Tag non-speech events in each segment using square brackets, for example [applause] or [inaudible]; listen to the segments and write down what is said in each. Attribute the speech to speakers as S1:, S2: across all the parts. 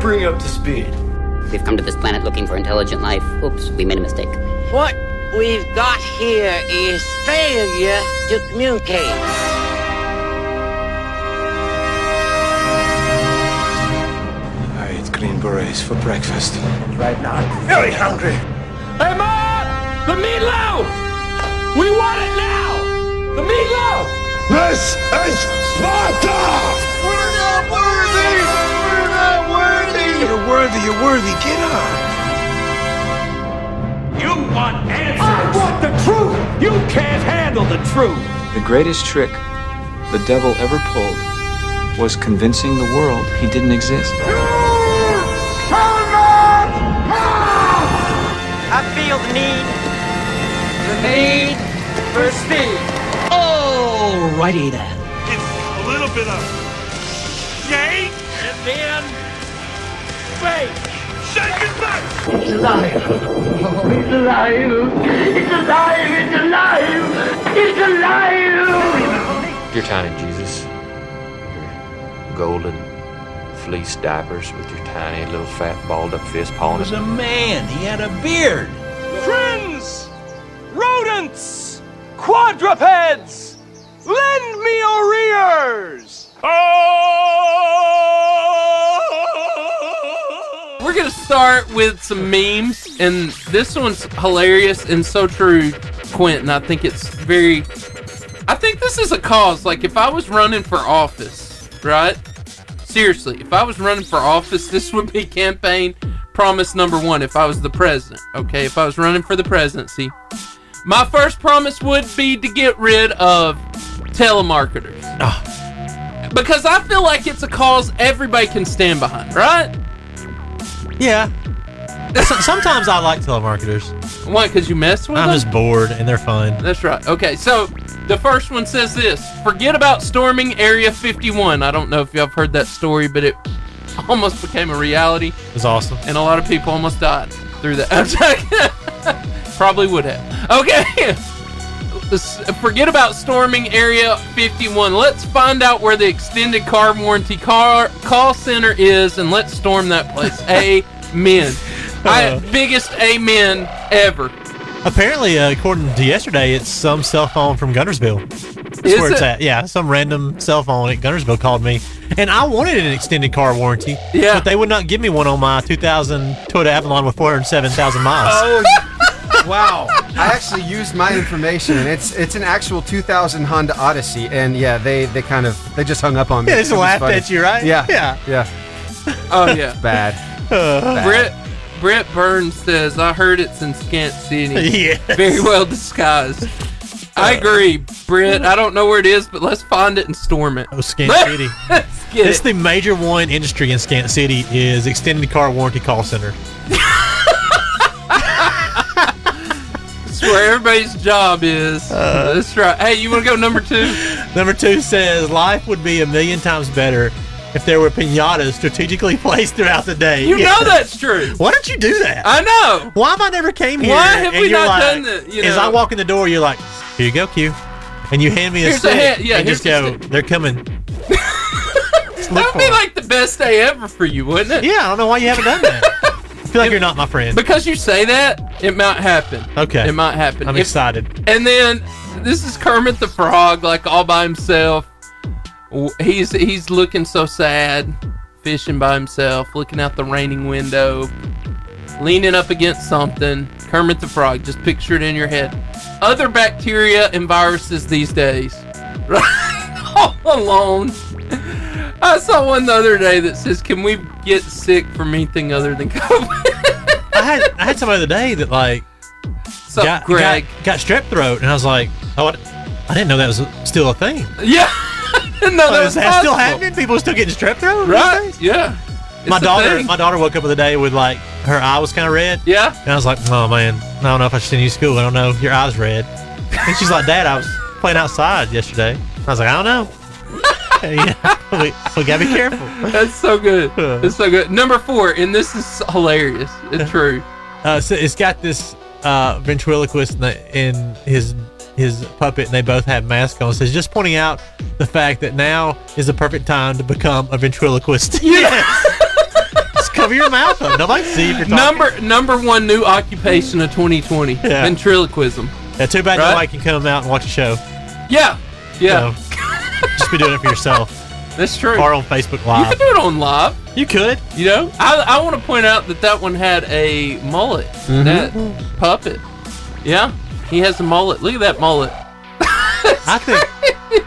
S1: bring up to speed.
S2: We've come to this planet looking for intelligent life. Oops, we made a mistake.
S3: What we've got here is failure to communicate.
S1: I ate green berets for breakfast.
S4: Right now, I'm
S1: Very hungry.
S5: Hey, Ma! The meatloaf! We want it now! The meatloaf!
S1: This is Sparta!
S4: We're not worthy! We're not worthy!
S1: You're worthy, you're worthy. Get up.
S5: You want answers! I want the truth! You can't handle the truth!
S6: The greatest trick the devil ever pulled was convincing the world he didn't exist.
S3: I feel the need. The need for speed. Alrighty then.
S7: It's a little bit of shake and then fake. Shake and bake.
S8: Your tiny Jesus. Your golden fleece diapers with your tiny little fat balled up fist pawing at
S4: was a man. He had a beard.
S5: Friends! Rodents! Quadrupeds! Lend me your ears!
S7: Ah! Oh!
S9: We're gonna start with some memes, and this one's hilarious and so true, Quentin. I think it's very. I think this is a cause. Like, if I was running for office, right? Seriously, if I was running for office, this would be campaign promise number one. If I was the president, okay? If I was running for the presidency, my first promise would be to get rid of telemarketers. Because I feel like it's a cause everybody can stand behind, right?
S10: Yeah. So- Sometimes I like telemarketers.
S9: Why? Because you mess with
S10: I'm
S9: them?
S10: just bored and they're fun.
S9: That's right. Okay, so the first one says this Forget about storming Area 51. I don't know if y'all have heard that story, but it [laughs] almost became a reality,
S10: It's awesome.
S9: and a lot of people almost died through that. [laughs] I'm sorry. [laughs] Probably would have. Okay. [laughs] This- Forget about storming Area 51. Let's find out where the extended car warranty car call center is, and let's storm that
S10: [laughs]
S9: place. amen. I, biggest amen ever.
S10: Apparently, uh, according to yesterday, it's some cell phone from Gunnersville. That's
S9: Is
S10: where it's
S9: it?
S10: at. Yeah, some random cell phone at Gunnersville called me, and I wanted an extended car warranty.
S9: Yeah.
S10: But they would not give me one on my 2000 Toyota Avalon with 407,000 miles. [laughs]
S4: Oh, wow. I actually used my information, and it's it's an actual 2000 Honda Odyssey, and yeah, they they kind of they just hung up on me.
S10: Yeah, they just
S4: It was
S10: laughed
S4: funny.
S10: at you, right?
S4: Yeah,
S10: [laughs] Yeah.
S4: yeah.
S9: Oh, yeah. [laughs]
S4: Bad. Bad.
S9: Brett Brett Burns says, "I heard it's in Scant City.
S10: [laughs] Yes.
S9: Very well
S10: [laughs]
S9: disguised." I agree, Brett. I don't know where it is, but let's find it and storm it.
S10: Oh, Scant
S9: [laughs]
S10: [laughs] City.
S9: Let's get
S10: It's
S9: it.
S10: the major one industry in Scant City is extended car warranty call center.
S9: It's where everybody's job is.
S10: Uh,
S9: That's right. Hey, you want to go number two?
S10: Number two says life would be a million times better if there were pinatas strategically [laughs] placed throughout the day.
S9: You
S10: Yeah.
S9: know that's true.
S10: Why don't you do that?
S9: I know.
S10: Why have I never came here?
S9: Why have
S10: and
S9: we
S10: you're
S9: not
S10: like-
S9: done that, you
S10: As
S9: know?
S10: I walk in the door, you're like, "Here you go, Q," and you hand me a
S9: Here's a
S10: stick.
S9: hand- yeah,
S10: and
S9: here's
S10: just
S9: a
S10: go.
S9: stick.
S10: They're coming. Just look
S9: That would
S10: for
S9: be
S10: 'em.
S9: like the best day ever for you, wouldn't it?
S10: yeah, I don't know why you haven't
S9: [laughs]
S10: done that. I feel like you're not my friend.
S9: Because you say that, it might happen.
S10: Okay.
S9: It might happen.
S10: I'm
S9: If-
S10: excited.
S9: And then this is Kermit the Frog, like all by himself. W- He's he's looking so sad, fishing by himself, looking out the raining window, leaning up against something. Kermit the Frog, just picture it in your head. Other bacteria and viruses these days, [laughs] right? all alone. I saw one the other day that says, "Can we get sick from anything other than COVID?" [laughs]
S10: I had I had somebody the other day that like
S9: so,
S10: got,
S9: Greg,
S10: got got strep throat, and I was like, "Oh, I, I didn't know that was still a thing."
S9: yeah, [laughs] no, that
S10: Like,
S9: was
S10: Oh, is that still
S9: possible.
S10: happening? People still getting strep throat?
S9: Right? Yeah. It's
S10: My
S9: a
S10: daughter,
S9: thing.
S10: my daughter woke up the other day with like her eye was kind of red.
S9: yeah.
S10: And I was like, oh man, I don't know if I should send you to school. I don't know. Your eyes red. And she's like, Dad, I was playing outside yesterday. I was like, I don't know. [laughs] yeah, we, we gotta be careful.
S9: That's so good.
S10: Uh.
S9: It's so good. Number four, and this is hilarious. It's
S10: [laughs]
S9: true.
S10: Uh, so it's got this uh, ventriloquist and, the, and his his puppet, and they both have masks on. So it's just pointing out the fact that now is the perfect time to become a ventriloquist.
S9: Yeah.
S10: [laughs] Just cover your mouth up. Nobody can see if you're talking.
S9: Number number one new occupation of 2020:
S10: Yeah.
S9: ventriloquism.
S10: Yeah, too bad
S9: Right?
S10: nobody can come out and watch a show.
S9: Yeah, yeah,
S10: So, just be doing it for [laughs] yourself
S9: [laughs] that's true.
S10: or on Facebook
S9: You can
S10: Live.
S9: do it on live.
S10: You could.
S9: You know, I, I want to point out that that one had a mullet.
S10: Mm-hmm.
S9: That puppet. Yeah, he has a mullet. Look at that mullet.
S10: I think.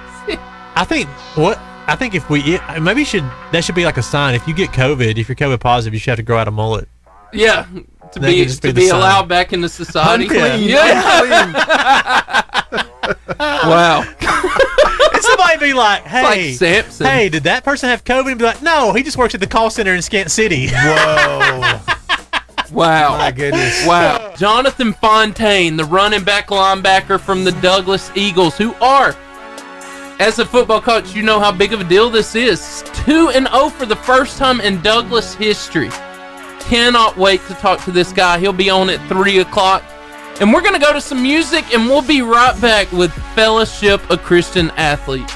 S10: I think what I think if we it- maybe you should that should be like a sign. If you get COVID, if you're COVID positive, you should have to grow out a mullet.
S9: Yeah, to
S10: They
S9: be
S10: can just be
S9: to
S10: the
S9: be
S10: sign.
S9: allowed back into society.
S10: Unclean,
S9: Yeah. [laughs] wow.
S10: And somebody be like,
S9: like
S10: "Hey,
S9: Samson.
S10: hey, did that person have COVID?" And be like, "No, he just works at the call center in Scant City." [laughs]
S4: Whoa.
S9: Wow.
S4: My goodness.
S9: Wow. Jonathan Fontaine, the running back linebacker from the Douglas Eagles, who are, as a football coach, you know how big of a deal this is. 2 and 0 for the first time in Douglas history. Cannot wait to talk to this guy. He'll be on at 3 o'clock. And we're going to go to some music, and we'll be right back with Fellowship of Christian Athletes.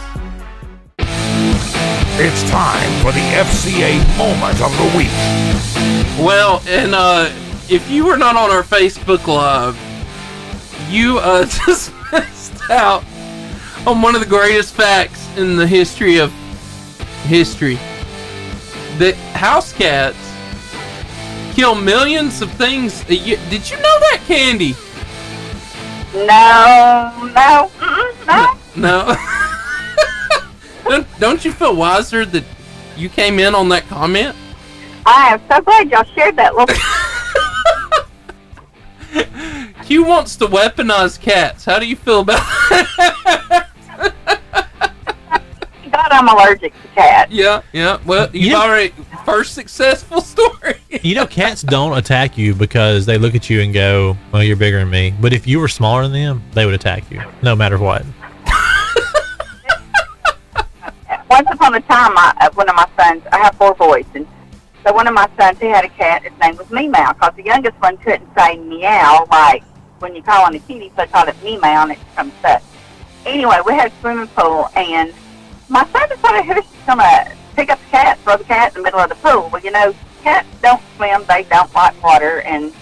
S7: It's time for the FCA moment of the week.
S9: Well, and uh, if you were not on our Facebook Live, you uh, [laughs] just missed out on one of the greatest facts in the history of history. That house cats kill millions of things a year. Did you know that, Candy?
S3: No, no, no.
S9: No. [laughs] don't, don't you feel wiser that you came in on that comment?
S3: I am so glad y'all shared that little.
S9: Q wants to weaponize cats. How do you feel about [laughs]
S3: God, I'm allergic to cats.
S9: Yeah, yeah. Well, you've
S10: Yeah.
S9: already first successful [laughs] story.
S10: you know, cats don't attack you because they look at you and go, "Well, you're bigger than me." But if you were smaller than them, they would attack you, no matter what.
S3: Once upon a time, my, uh, one of my sons, I have four boys, and so one of my sons, he had a cat. His name was Meow, because the youngest one couldn't say meow like when you call on a kitty, so I called it Meow, and it comes up. Anyway, we had a swimming pool, and my son decided he was just going to pick up the cat, throw the cat in the middle of the pool. Well, you know, cats don't swim; they don't like water, and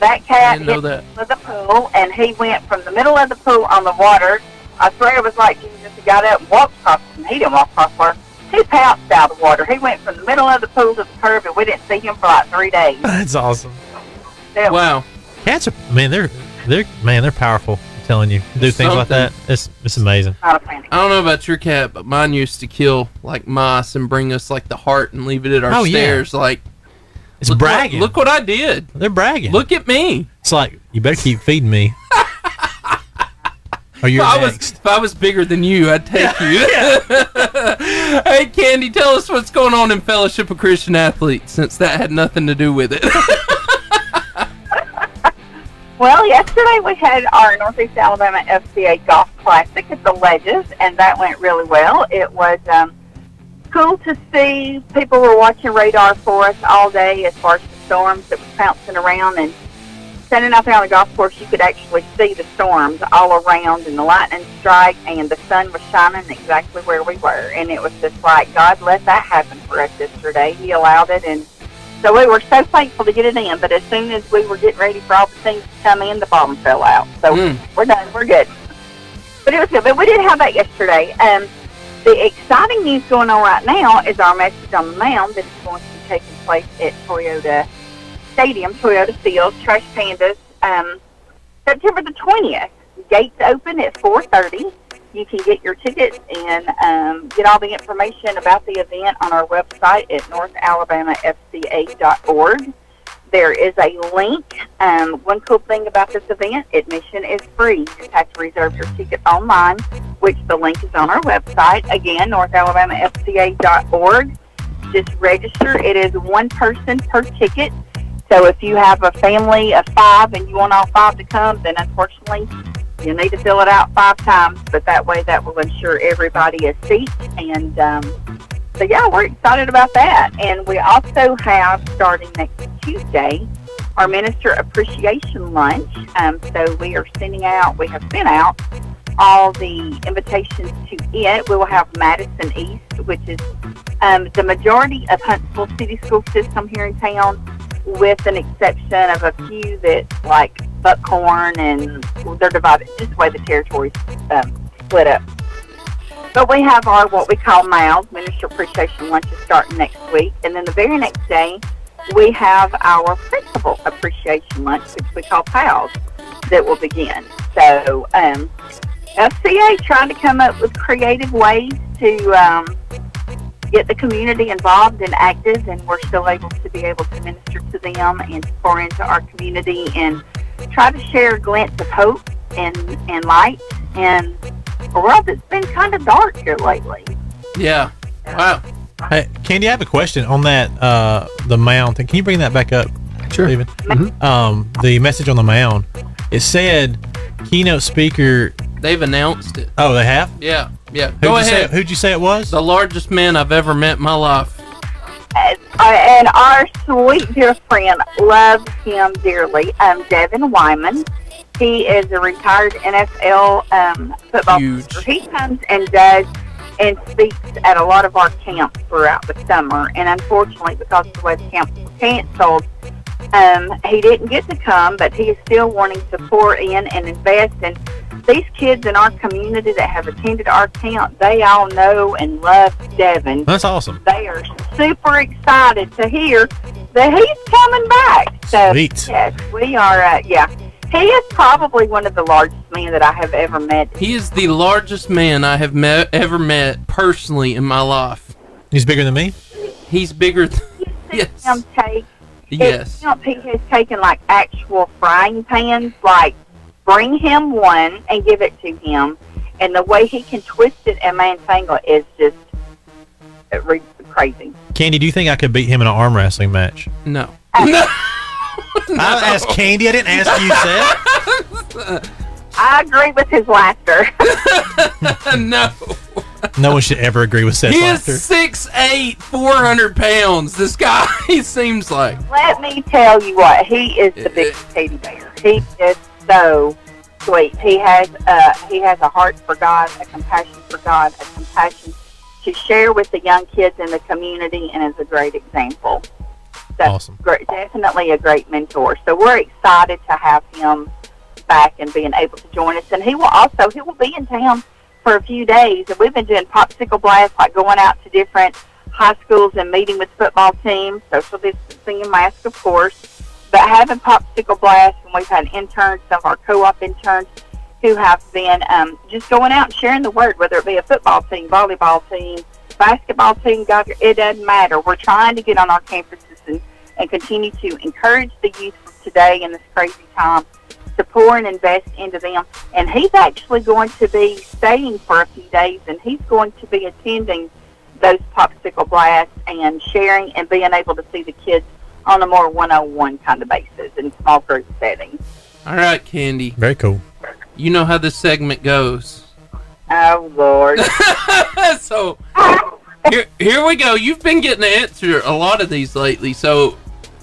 S3: that
S9: I
S3: cat
S9: didn't know
S3: hit
S9: that.
S3: of the pool, and he went from the middle of the pool on the water. I swear it was like he just got up and walked across. And he didn't walk across water. He pounced out of the water. He went from the middle of the pool to the curb, and we didn't see him for like three days.
S10: That's awesome.
S3: That was
S9: Wow.
S10: Cats are man, they're they're man, they're powerful. I'm telling you, do things like that. It's it's amazing.
S3: not a panic.
S9: I don't know about your cat, but mine used to kill like mice and bring us like the heart and leave it at our
S10: Oh, yeah.
S9: stairs. Like
S10: It's
S9: look,
S10: bragging.
S9: What, look what I did.
S10: they're bragging.
S9: Look at me.
S10: it's like you better keep
S9: [laughs]
S10: feeding me, or you're
S9: if I was
S10: next.
S9: if I was bigger than you, I'd [laughs] take you. hey Candy, tell us what's going on in Fellowship of Christian Athletes, since that had nothing to do with it.
S3: Well, yesterday we had our Northeast Alabama FCA Golf Classic at the Ledges, and that went really well. It was um, cool to see people were watching radar for us all day as far as the storms that was pouncing around. And standing out there on the golf course, you could actually see the storms all around and the lightning strike, and the sun was shining exactly where we were. And it was just like, God let that happen for us yesterday. He allowed it, and so we were so thankful to get it in, but as soon as we were getting ready for all the things to come in, the bottom fell out. So
S9: [laughs] Mm.
S3: we're done. We're good. But it was good. But we did have that yesterday. Um, the exciting news going on right now is our message on the mound that is going to be taking place at Toyota Stadium, Toyota Field, Trash Pandas, um, September the 20th. Gates open at 4.30. You can get your tickets and um, get all the information about the event on our website at northalabamafca.org. There is a link. Um, one cool thing about this event, admission is free. You just have to reserve your ticket online, which the link is on our website. Again, northalabamafca.org. Just register. It is one person per ticket. So if you have a family of five and you want all five to come, then unfortunately you need to fill it out five times. But that way, that will ensure everybody a seat. And um, so, yeah, we're excited about that. And we also have starting next Tuesday our minister appreciation lunch. Um, so we are sending out, we have sent out all the invitations to it. We will have Madison East, which is um, the majority of Huntsville City School system here in town, with an exception of a few that like Buckhorn and they're divided just the way the territories um, split up. But we have our what we call MALS, Minister Appreciation Lunches, starting next week. And then the very next day, we have our Principal Appreciation Lunch, which we call PALS, that will begin. So um, FCA trying to come up with creative ways to um, get the community involved and active, and we're still able to be able to minister to them and pour into our community and try to share a glance of hope and, and light in a world that's been kind of dark here lately.
S9: Yeah. Wow.
S10: Hey, Candy, I have a question on that uh, the mound thing. Can you bring that back up? Sure. Steven?
S9: Mm-hmm.
S10: Um, the message on the mound. It said keynote speaker.
S9: They've announced it.
S10: Oh, they have.
S9: Yeah. Yeah.
S10: Who'd
S9: Go
S10: you say-
S9: ahead.
S10: who'd you say it was?
S9: The largest man I've ever met in my life.
S3: Uh, and our sweet dear friend loves him dearly, um, Devin Wyman. He is a retired NFL um, football
S9: Huge.
S3: player. He comes and does and speaks at a lot of our camps throughout the summer. And unfortunately, because the way the camps were canceled, um, he didn't get to come, but he is still wanting to pour in and invest. And these kids in our community that have attended our camp, they all know and love Devin
S10: That's awesome.
S3: they are super excited to hear that he's coming back. So
S10: Sweet.
S3: yes, we are. Uh, yeah, he is probably one of the largest men that I have ever met.
S9: He is the largest man I have met, ever met personally in my life.
S10: He's bigger than me.
S9: He's bigger than. Yes.
S3: Him take
S9: [laughs] Yes.
S3: [laughs] It, he has taken like actual frying pans, like bring him one and give it to him, and the way he can twist it and mantangle it is just uh, re- crazy.
S10: Candy, do you think I could beat him in an arm
S9: [laughs]
S10: wrestling match?
S9: No. No.
S10: I asked Candy. I didn't ask you, Seth.
S3: I agree with his laughter. [laughs]
S9: no.
S10: No one should ever agree with Seth's
S9: He is
S10: laughter.
S9: 6'8, 400 pounds. This guy, [laughs] he seems like.
S3: Let me tell you what, he is the big teddy bear. He is so sweet. He has uh he has a heart for God, a compassion for God, a compassion to share with the young kids in the community and is a great example. So
S10: Awesome.
S3: great, definitely a great mentor. So we're excited to have him back and being able to join us. And he will also he will be in town for a few days. And we've been doing popsicle blasts, like going out to different high schools and meeting with football teams, social distancing and mask, of course. But having popsicle blasts, and we've had interns, some of our co-op interns, who have been um, just going out and sharing the word, whether it be a football team, volleyball team, basketball team, golf, it doesn't matter. We're trying to get on our campuses and, and continue to encourage the youth of today in this crazy time to pour and invest into them. And he's actually going to be staying for a few days, and he's going to be attending those popsicle blasts and sharing and being able to see the kids on a more one-on-one kind of basis in small group settings.
S9: All right, Candy.
S10: Very cool.
S9: You know how this segment goes. [laughs]
S3: Oh,
S10: [laughs]
S3: Lord.
S9: so here, here we go. You've been getting to answer a lot of these lately. So,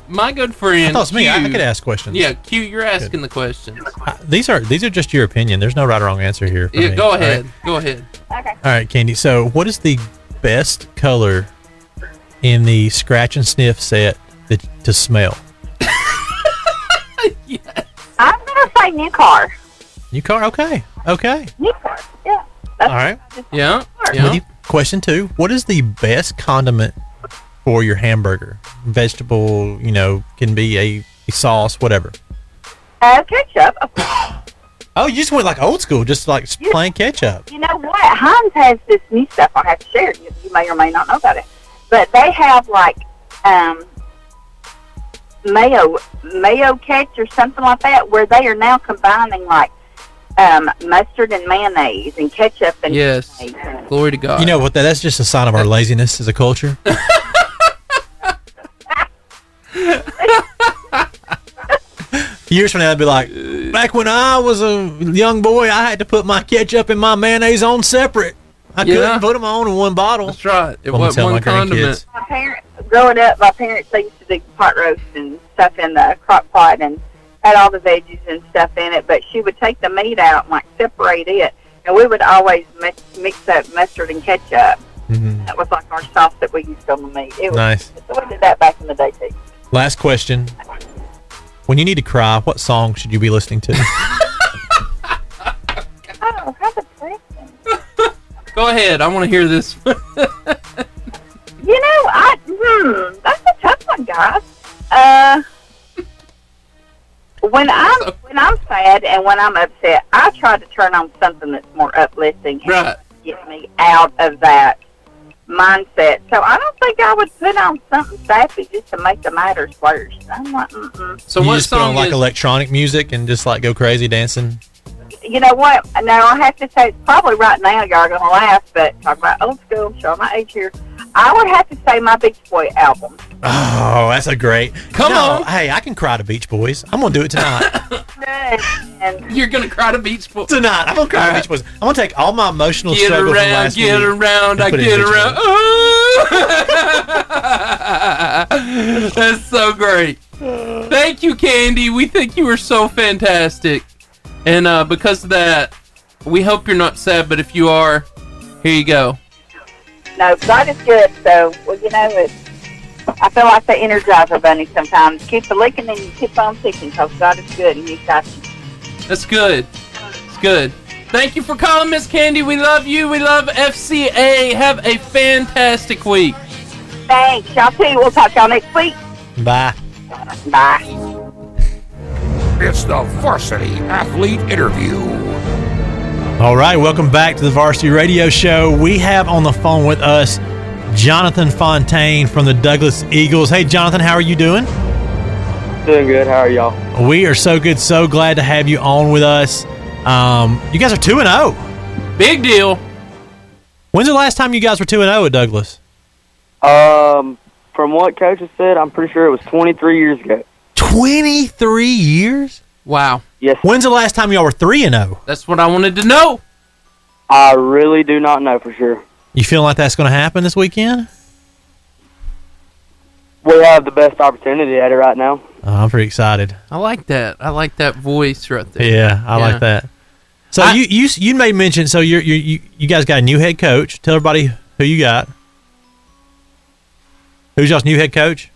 S9: my good friend.
S10: I thought it was me. I, I
S9: Q-
S10: could ask questions.
S9: Yeah, Q, you're asking the questions.
S10: Uh, these are these are just your opinion. There's no right or wrong answer here. for
S9: Yeah,
S10: me.
S9: go
S10: All right?
S9: ahead. Go ahead.
S3: okay.
S10: All right, Candy. So, what is the best color in the scratch and sniff set that, to smell?
S3: I'm gonna say new car.
S10: New car. Okay. Okay.
S3: New car. Yeah. That's
S10: All right.
S9: Yeah.
S10: With
S9: Yeah.
S10: you- Question two: What is the best condiment for your hamburger? Vegetable, you know, can be a, a sauce, whatever.
S3: Uh, ketchup. Of course.
S10: Oh, you just went like old school, just like s-
S3: Yeah.
S10: plain ketchup.
S3: You know what? Heinz has this new stuff I have to share. You, you may or may not know about it, but they have like um, mayo mayo ketchup or something like that, where they are now combining like um, mustard and mayonnaise and ketchup and
S9: Yes.
S3: mayonnaise and
S9: Glory to God.
S10: You know what? That, that's just a sign of our laziness as
S9: [laughs]
S10: a culture. Years from now, I'd be like, back when I was a young boy, I had to put my ketchup and my mayonnaise on separate. I
S9: Yeah.
S10: couldn't put them on in one bottle.
S9: That's right. It
S10: I'm gonna
S9: was
S10: tell my
S9: one
S10: grandkids.
S9: condiment.
S3: my parents growing up my parents they used to do pot roast and stuff in the crock pot and had all the veggies and stuff in it but she would take the meat out and like separate it And we would always mix, mix up mustard and ketchup. That was like our sauce that we used on the meat. It
S10: Mm-hmm.
S3: was,
S10: Nice.
S3: So we did that back in the day too.
S10: Last question. When you need to cry, what song should you be listening to?
S3: Oh, how depressing!
S9: Go ahead. I want to hear this. [laughs]
S3: You know, I hmm, that's a tough one, guys. Uh, when I'm when I'm sad and when I'm upset, I try to turn on something that's more uplifting and
S9: Right.
S3: get me out of that mindset. So I don't think I would put on something sappy just to make the matters worse. I'm like, mm-mm.
S9: So
S10: you
S9: what
S10: just put on
S9: song
S10: like
S9: is-
S10: electronic music and just like go crazy dancing.
S3: you know what? Now I have to say, probably right now y'all are gonna laugh, but talking about old school, showing my age here, I would have to say my Beach Boy album.
S10: Oh, that's a great.
S9: Come
S10: No,
S9: on.
S10: Hey, I can cry to Beach Boys. I'm gonna do
S9: [laughs]
S10: it tonight.
S3: And
S9: You're gonna cry to Beach Boy.
S10: tonight, I'm gonna cry to Beach Boys. I'm gonna take all my emotional
S9: Get
S10: struggle from
S9: around,
S10: last
S9: get
S10: week.
S9: around,
S10: and
S9: I
S10: put it
S9: get
S10: in Beach
S9: around.
S10: Boys.
S9: Ooh. [laughs] That's so great. Thank you, Candy. We think you are so fantastic. And uh, because of that, we hope you're not sad, but if you are, here you go.
S3: No, God is good. So, well, you know, it's, I feel like the Energizer Bunny sometimes. Keep a licking and you keep on ticking because God is good and He's got you.
S9: That's good. It's good. Thank you for calling, Miss Candy. We love you. We love FCA. Have a fantastic week.
S3: Thanks. Y'all too. We'll talk y'all next week.
S10: Bye.
S3: Bye.
S11: It's the Varsity Athlete Interview.
S10: All right, welcome back to the Varsity Radio Show. We have on the phone with us Jonathan Fontaine from the Douglas Eagles. Hey, Jonathan, how are you doing?
S12: Doing good. How are y'all?
S10: We are so good, so glad to have you on with us. Um, you guys are two and zero.
S9: Big deal.
S10: When's the last time you guys were two and zero at Douglas?
S12: Um, from what coaches said, I'm pretty sure it was 23 years ago.
S10: Twenty three years.
S9: Wow.
S12: Yes.
S10: When's the last time y'all were three and oh? zero?
S9: That's what I wanted to know.
S12: I really do not know for sure.
S10: You feeling like that's going to happen this weekend?
S12: We have the best opportunity at it right now.
S10: Oh, I'm pretty excited.
S9: I like that. I like that voice right there.
S10: Yeah, I
S9: Yeah.
S10: like that. So you you s- you made mention. So you're, you you you guys got a new head coach. Tell everybody who you got. Who's y'all's new head coach?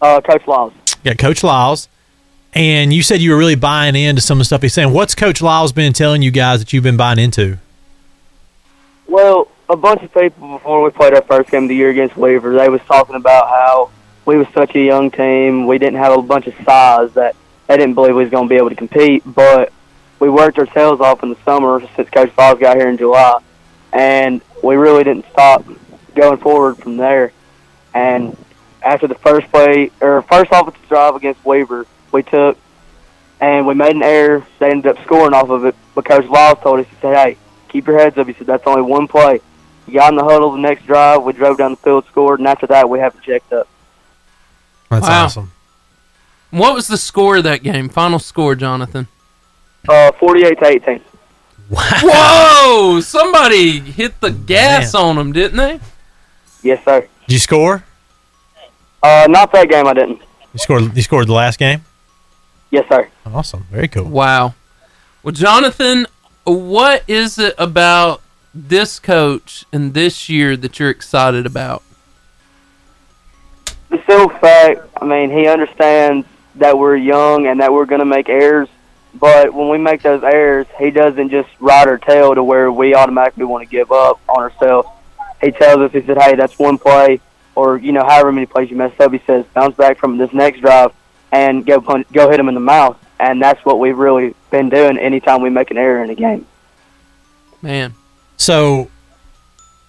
S12: Uh, Coach Laws.
S10: You got Coach Lyles, and you said you were really buying into some of the stuff he's saying. What's Coach Lyles been telling you guys that you've been buying into?
S12: Well, a bunch of people before we played our first game of the year against Weaver, they was talking about how we was such a young team, we didn't have a bunch of size that they didn't believe we was going to be able to compete. But we worked our tails off in the summer since Coach Falls got here in July, and we really didn't stop going forward from there. And after the first play or first offensive drive against Weaver, we took and we made an error. They ended up scoring off of it, but Coach Laws told us, he said, hey, keep your heads up. He said, that's only one play. We got in the huddle the next drive. We drove down the field, scored, and after that, we haven't checked up.
S10: That's
S9: Wow.
S10: awesome.
S9: What was the score of that game? Final score, Jonathan.
S12: Uh, 48 to 18.
S9: Whoa! Somebody hit the gas on them, didn't they?
S12: Yes, sir.
S10: Did you score?
S12: Uh, not that game, I didn't.
S10: You scored. You scored the last game.
S12: Yes, sir.
S10: Awesome. Very cool.
S9: Wow. Well, Jonathan, what is it about this coach and this year that you're excited about?
S12: The simple fact, I mean, he understands that we're young and that we're going to make errors, but when we make those errors, he doesn't just ride our tail to where we automatically want to give up on ourselves. He tells us, he said, hey, that's one play, or, you know, however many plays you messed up, he says, bounce back from this next drive and go, punch, go hit him in the mouth. And that's what we've really been doing anytime we make an error in a game.
S9: Man.
S10: So,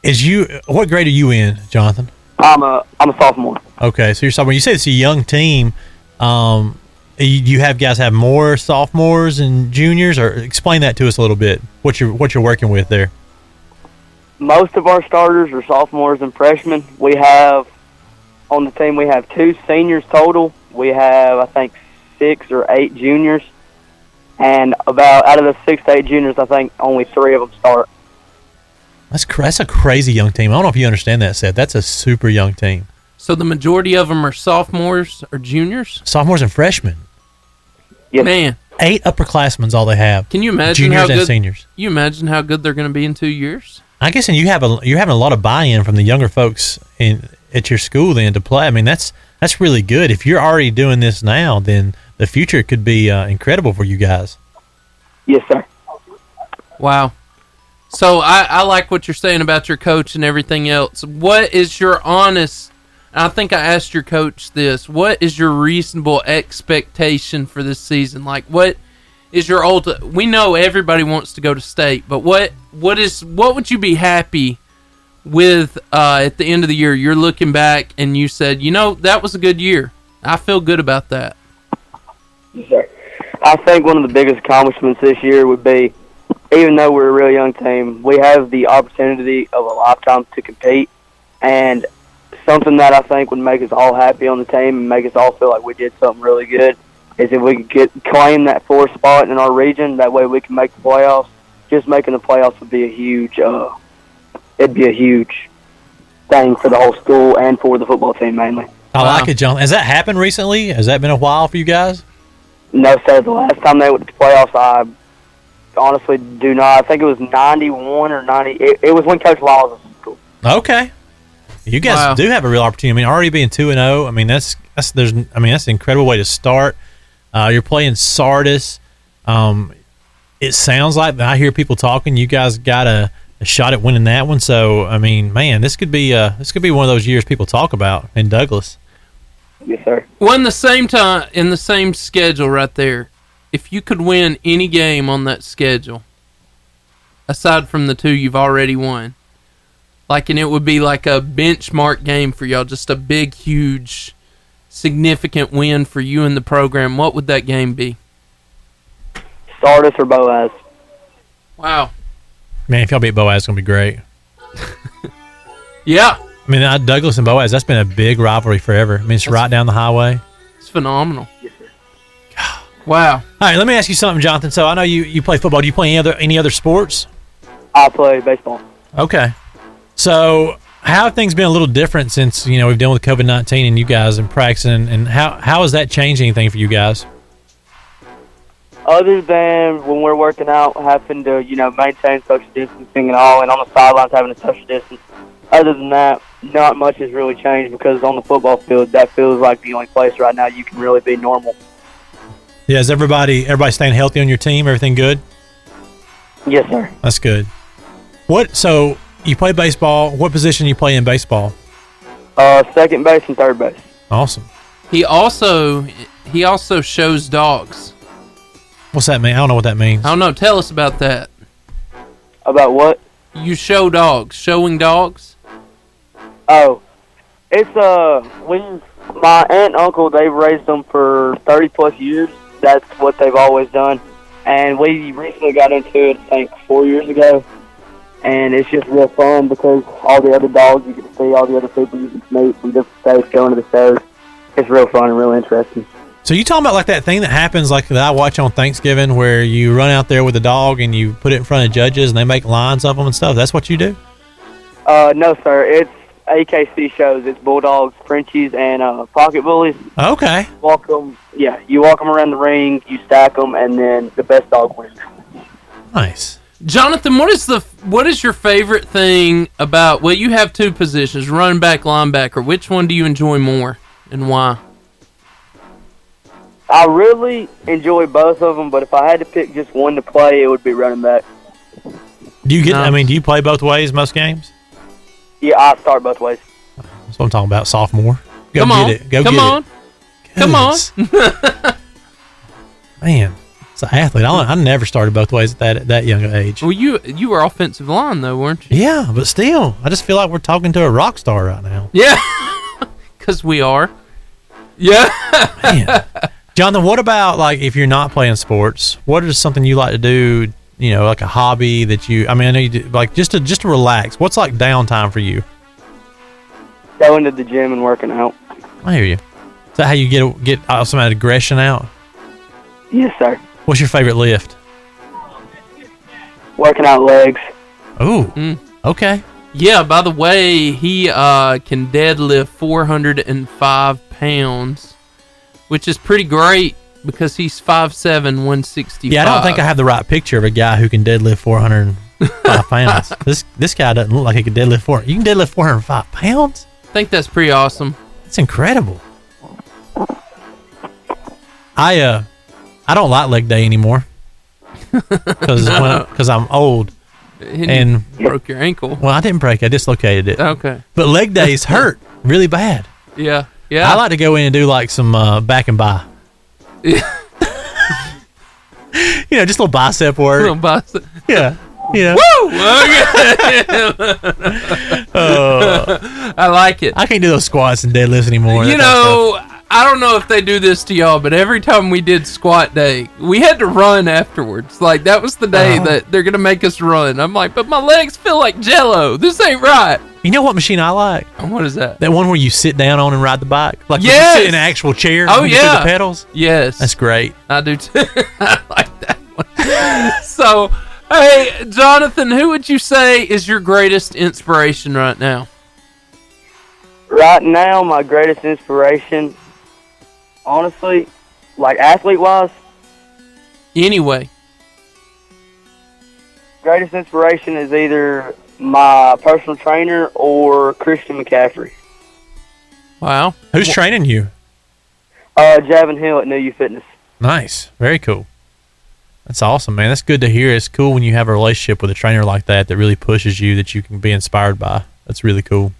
S10: is you what grade are you in, Jonathan?
S12: I'm a, I'm a sophomore.
S10: Okay, so you're sophomore. You say it's a young team. Um, you, you have guys have more sophomores and juniors, or explain that to us a little bit. What you're what you're working with there?
S12: most of our starters are sophomores and freshmen. We have on the team we have two seniors total. We have I think six or eight juniors, and about out of the six to eight juniors, I think only three of them start.
S10: That's cra- that's a crazy young team. I don't know if you understand that, Seth. That's a super young team.
S9: So the majority of them are sophomores or juniors?
S10: Sophomores and freshmen.
S12: Yes.
S9: Man.
S10: eight upperclassmen's all they have.
S9: Can you imagine
S10: juniors
S9: how good
S10: and seniors?
S9: You imagine how good they're going to be in two years.
S10: I guess, and you have a you're having a lot of buy-in from the younger folks in at your school then to play. I mean, that's that's really good. If you're already doing this now, then the future could be uh, incredible for you guys.
S3: Yes, sir.
S9: Wow. So I, I like what you're saying about your coach and everything else. What is your honest? I think I asked your coach this. What is your reasonable expectation for this season? Like, what is your old? We know everybody wants to go to state, but what what is what would you be happy with uh, at the end of the year? You're looking back and you said, you know, that was a good year. I feel good about that.
S3: Yes, sir. I think one of the biggest accomplishments this year would be, even though we're a real young team, we have the opportunity of a lifetime to compete, and something that I think would make us all happy on the team and make us all feel like we did something really good is if we could get claim that fourth spot in our region. That way, we can make the playoffs. Just making the playoffs would be a huge, uh, it'd be a huge thing for the whole school and for the football team mainly.
S10: Oh, I like it, John. Has that happened recently? Has that been a while for you guys?
S3: No, sir. The last time they went to the playoffs, I honestly do not. I think it was 91 or 90. It, it was when Coach Laws was
S10: Okay. You guys do have a real opportunity. I mean, already being two and zero. I mean, that's that's there's. I mean, that's an incredible way to start. Uh, you're playing Sardis. Um, it sounds like I hear people talking. You guys got a, a shot at winning that one. So I mean, man, this could be uh this could be one of those years people talk about in Douglas.
S3: Yes, sir.
S9: Well, in the same time, in the same schedule, right there. If you could win any game on that schedule, aside from the two you've already won, like, and it would be like a benchmark game for y'all, just a big, huge, significant win for you and the program. What would that game be?
S3: Sardis or Boaz.
S9: Wow.
S10: Man, if y'all beat Boaz, it's gonna be great.
S9: yeah.
S10: I mean, uh, Douglas and Boaz. That's been a big rivalry forever. I mean, it's right down the highway.
S9: It's phenomenal. Wow.
S10: All right, let me ask you something, Jonathan. So I know you, you play football. Do you play any other any other sports?
S3: I play baseball.
S10: Okay. So how have things been a little different since you know we've dealt with COVID nineteen and you guys and practicing and how how has that changed anything for you guys?
S3: Other than when we're working out, having to you know maintain social distancing and all, and on the sidelines having to social distance. Other than that, not much has really changed because on the football field, that feels like the only place right now you can really be normal.
S10: Yeah, is everybody everybody staying healthy on your team? Everything good?
S3: Yes, sir.
S10: That's good. What so you play baseball, what position you play in baseball?
S3: Uh, second base and third base.
S10: Awesome.
S9: He also he also shows dogs.
S10: What's that mean? I don't know what that means.
S9: I don't know. Tell us about that.
S3: About what?
S9: You show dogs. Showing dogs.
S3: Oh, it's uh when my aunt and uncle they've raised them for thirty plus years. That's what they've always done, and we recently got into it I think four years ago, and it's just real fun because all the other dogs you can see, all the other people you can meet from different states going to the shows. It's real fun and real interesting.
S10: So you talking about like that thing that happens like that I watch on Thanksgiving where you run out there with a dog and you put it in front of judges and they make lines of them and stuff. That's what you do?
S3: Uh, no, sir, it's AKC shows. It's bulldogs, Frenchies, and uh, pocket bullies.
S10: Okay.
S3: Walk 'em- yeah. You walk 'em around the ring, you stack 'em, and then the best dog wins.
S10: Nice.
S9: Jonathan, what is the what is your favorite thing about? Well, you have two positions: run back, linebacker. Which one do you enjoy more, and why?
S3: I really enjoy both of them, but if I had to pick just one to play, it would be running back.
S10: Do you get
S9: Um,
S10: I mean, do you play both ways most games?
S3: Yeah, I start both ways.
S10: That's what I'm talking about, sophomore. Go
S9: Come
S10: get
S9: on.
S10: it. Go
S9: Come
S10: get
S9: on. Come on.
S10: it. [laughs] Man, it's an athlete. I, I never started both ways at that at that young age.
S9: Well, you you were offensive line though, weren't you? [laughs]
S10: Yeah, but still, I just feel like we're talking to a rock star right now.
S9: Yeah, because we are. Yeah. [laughs]
S10: Jonathan, what about like if you're not playing sports? What is something you like to do? You know, like a hobby that you. I mean, I know you do, like just to just to relax. What's like downtime for you?
S3: Going to the gym and working out.
S10: I hear you. Is that how you get get uh, some of that aggression out?
S3: Yes, sir.
S10: What's your favorite lift?
S3: Working out legs.
S10: Ooh. Okay.
S9: Yeah. By the way, he uh, can deadlift 405 pounds, which is pretty great because he's 5'7", 165.
S10: Yeah, I don't think I have the right picture of a guy who can deadlift 405 pounds. This this guy doesn't look like he can deadlift four. You can deadlift 405 pounds.
S9: I think that's pretty awesome.
S10: It's incredible. I uh, I don't like leg day
S9: [laughs]
S10: anymore because because I'm old
S9: And,
S10: and
S9: you broke your ankle.
S10: Well, I didn't break. it, I dislocated it.
S9: Okay.
S10: but leg
S9: [laughs]
S10: days hurt really bad.
S9: Yeah. Yeah.
S10: I like to go in and do like some uh, back
S9: [laughs]
S10: and [laughs] by. you know, just a little bicep work.
S9: Little bicep.
S10: Yeah. You know.
S9: Woo! Okay. [laughs] I like it.
S10: Uh, I can't do those squats and deadlifts anymore.
S9: You
S10: That kind of stuff.
S9: know, I don't know if they do this to y'all, but every time we did squat day, we had to run afterwards. Like that was the
S10: Uh-huh.
S9: day that they're gonna make us run. I'm like, but my legs feel like jello. This ain't right.
S10: You know what machine I like?
S9: What is that?
S10: That one where you sit down on and ride the bike, like when
S9: Yes!
S10: you sit in an actual chair.
S9: Oh
S10: and you do
S9: yeah,
S10: the pedals.
S9: Yes,
S10: That's great.
S9: I do too. [laughs] I like that one. [laughs] so, hey, Jonathan, who would you say is your greatest inspiration right now?
S3: Right now, my greatest inspiration, honestly, like athlete wise,
S9: Anyway,
S3: greatest inspiration is either my personal trainer or Christian McCaffrey.
S9: wow.
S10: Who's training you?
S3: Uh, Javin Hill at New You Fitness.
S10: Nice. Very cool. That's awesome, man. That's good to hear. It's cool when you have a relationship with a trainer like that that really pushes you that you can be inspired by. That's really cool.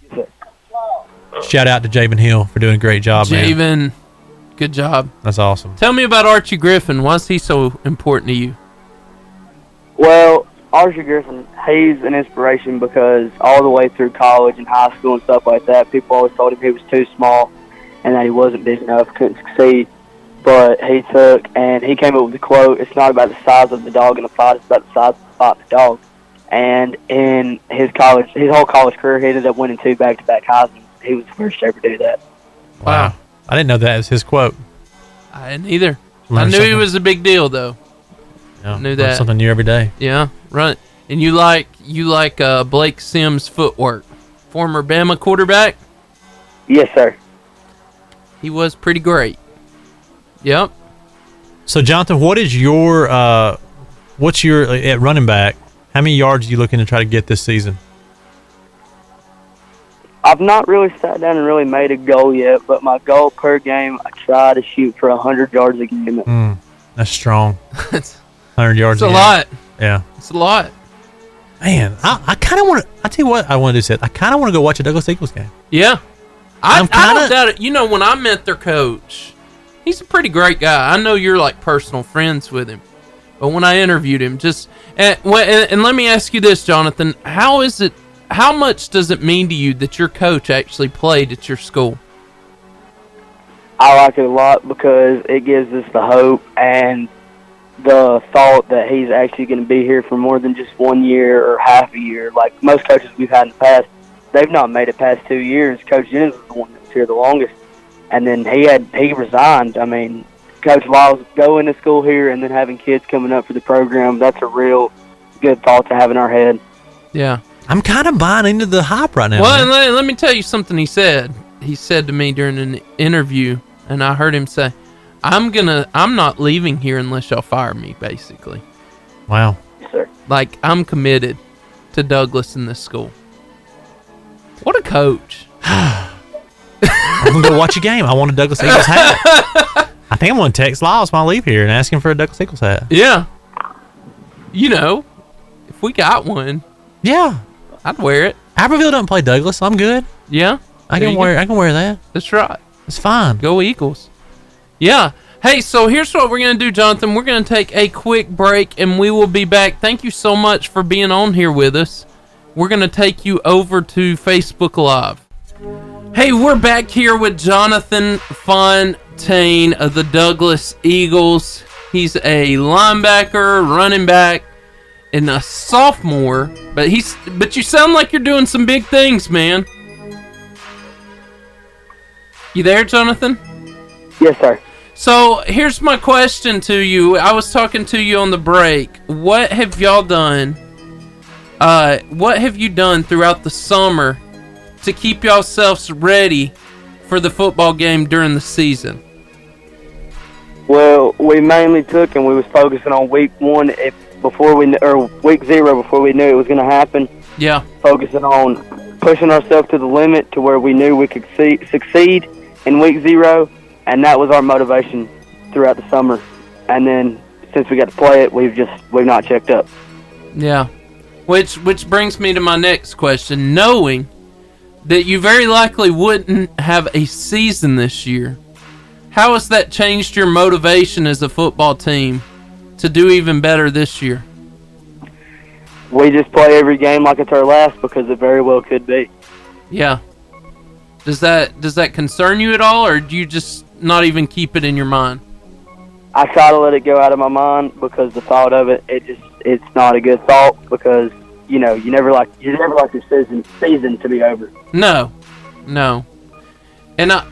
S10: Shout out to Javen Hill for doing a great job, Oh, man.
S9: Javen, good job.
S10: That's awesome.
S9: Tell me about Archie Griffin. Why is he so important to you?
S3: Well, Archie Griffin, he's an inspiration because all the way through college and high school and stuff like that, people always told him he was too small and that he wasn't big enough, couldn't succeed. But he took and he came up with the quote, it's not about the size of the dog in the fight, it's about the size of the fight in the dog. And in his college, his whole college career, he ended up winning two back-to-back Heisman. He was the first to ever do that.
S10: Wow. I didn't know that was his quote.
S9: I didn't either. I
S10: Learn
S9: knew he
S10: something.
S9: was a big deal, though.
S10: Yeah,
S9: Knew
S10: learn
S9: that.
S10: Something new every day.
S9: Yeah, right. And you like you like uh, Blake Sims' footwork, former Bama quarterback.
S3: Yes, sir.
S9: He was pretty great. Yep. [laughs]
S10: So, Jonathan, what is your uh, what's your uh, at running back? How many yards are you looking to try to get this season?
S3: I've not really sat down and really made a goal yet, but my goal per game, I try to shoot for 100 yards a game.
S10: Mm, that's strong. Hundred yards.
S9: it's a
S10: game.
S9: lot.
S10: Yeah,
S9: It's a lot.
S10: man. I, I kind of want to. I tell you what, I want to do. Seth. I kind of want to go watch a Douglas Eagles game.
S9: Yeah. I,
S10: I'm
S9: I don't
S10: kinda-
S9: doubt it. You know, when I met their coach, he's a pretty great guy. I know you're like personal friends with him, but when I interviewed him, just and, well, eh, and, and let me ask you this, Jonathan: How is it? How much does it mean to you that your coach actually played at your school?
S3: I like it a lot because it gives us the hope and the thought that he's actually going to be here for more than just one year or half a year. Like most coaches we've had in the past, they've not made it past two years. Coach Jennings was the one that was here the longest, and then he had he resigned. I mean, Coach Lyles going to school here and then having kids coming up for the program—that's a real good thought to have in our head.
S9: Yeah.
S10: I'm kind of buying into the hype right now.
S9: Well,
S10: man.
S9: and let, let me tell you something he said. He said to me during an interview, and I heard him say, "I'm gonna, I'm not leaving here unless y'all fire me." Basically,
S10: Wow.
S9: like I'm committed to Douglas in this school. What a coach!
S10: I'm gonna go watch a game. I want a Douglas Eagles hat.
S9: [laughs]
S10: I think I'm gonna text Lyles when I leave here and ask him for a Douglas Eagles hat.
S9: Yeah, you know, if we got one,
S10: Yeah.
S9: I'd wear it.
S10: Haberville doesn't play Douglas. so I'm good.
S9: Yeah,
S10: I
S9: There
S10: can
S9: you
S10: wear.
S9: go.
S10: I can wear that.
S9: That's right.
S10: It's fine.
S9: Go Eagles. Yeah. Hey, so here's what we're going to do, Jonathan. We're going to take a quick break and we will be back. Thank you so much for being on here with us. We're going to take you over to Facebook Live. Hey, we're back here with Jonathan Fontaine of the Douglas Eagles. He's a linebacker, running back, and a sophomore, but he's but you sound like you're doing some big things, man. You there, Jonathan?
S3: Yes, sir.
S9: So here's my question to you. I was talking to you on the break. What have y'all done? Uh, what have you done throughout the summer to keep yourselves ready for the football game during the season?
S3: Well, we mainly took and we was focusing on week one if before we kn- or week zero before we knew it was going to happen.
S9: Yeah.
S3: Focusing on pushing ourselves to the limit to where we knew we could see, succeed in week zero, and that was our motivation throughout the summer. And then since we got to play it, we've just we've not checked up.
S9: Yeah. Which which brings me to my next question, knowing that you very likely wouldn't have a season this year. How has that changed your motivation as a football team to do even better this year?
S3: We just play every game like it's our last because it very well could be.
S9: Yeah. Does that does that concern you at all or do you just not even keep it in your mind?
S3: I try to let it go out of my mind because the thought of it, it just it's not a good thought because you know you never like you never like your season season to be over.
S9: No, no. And I,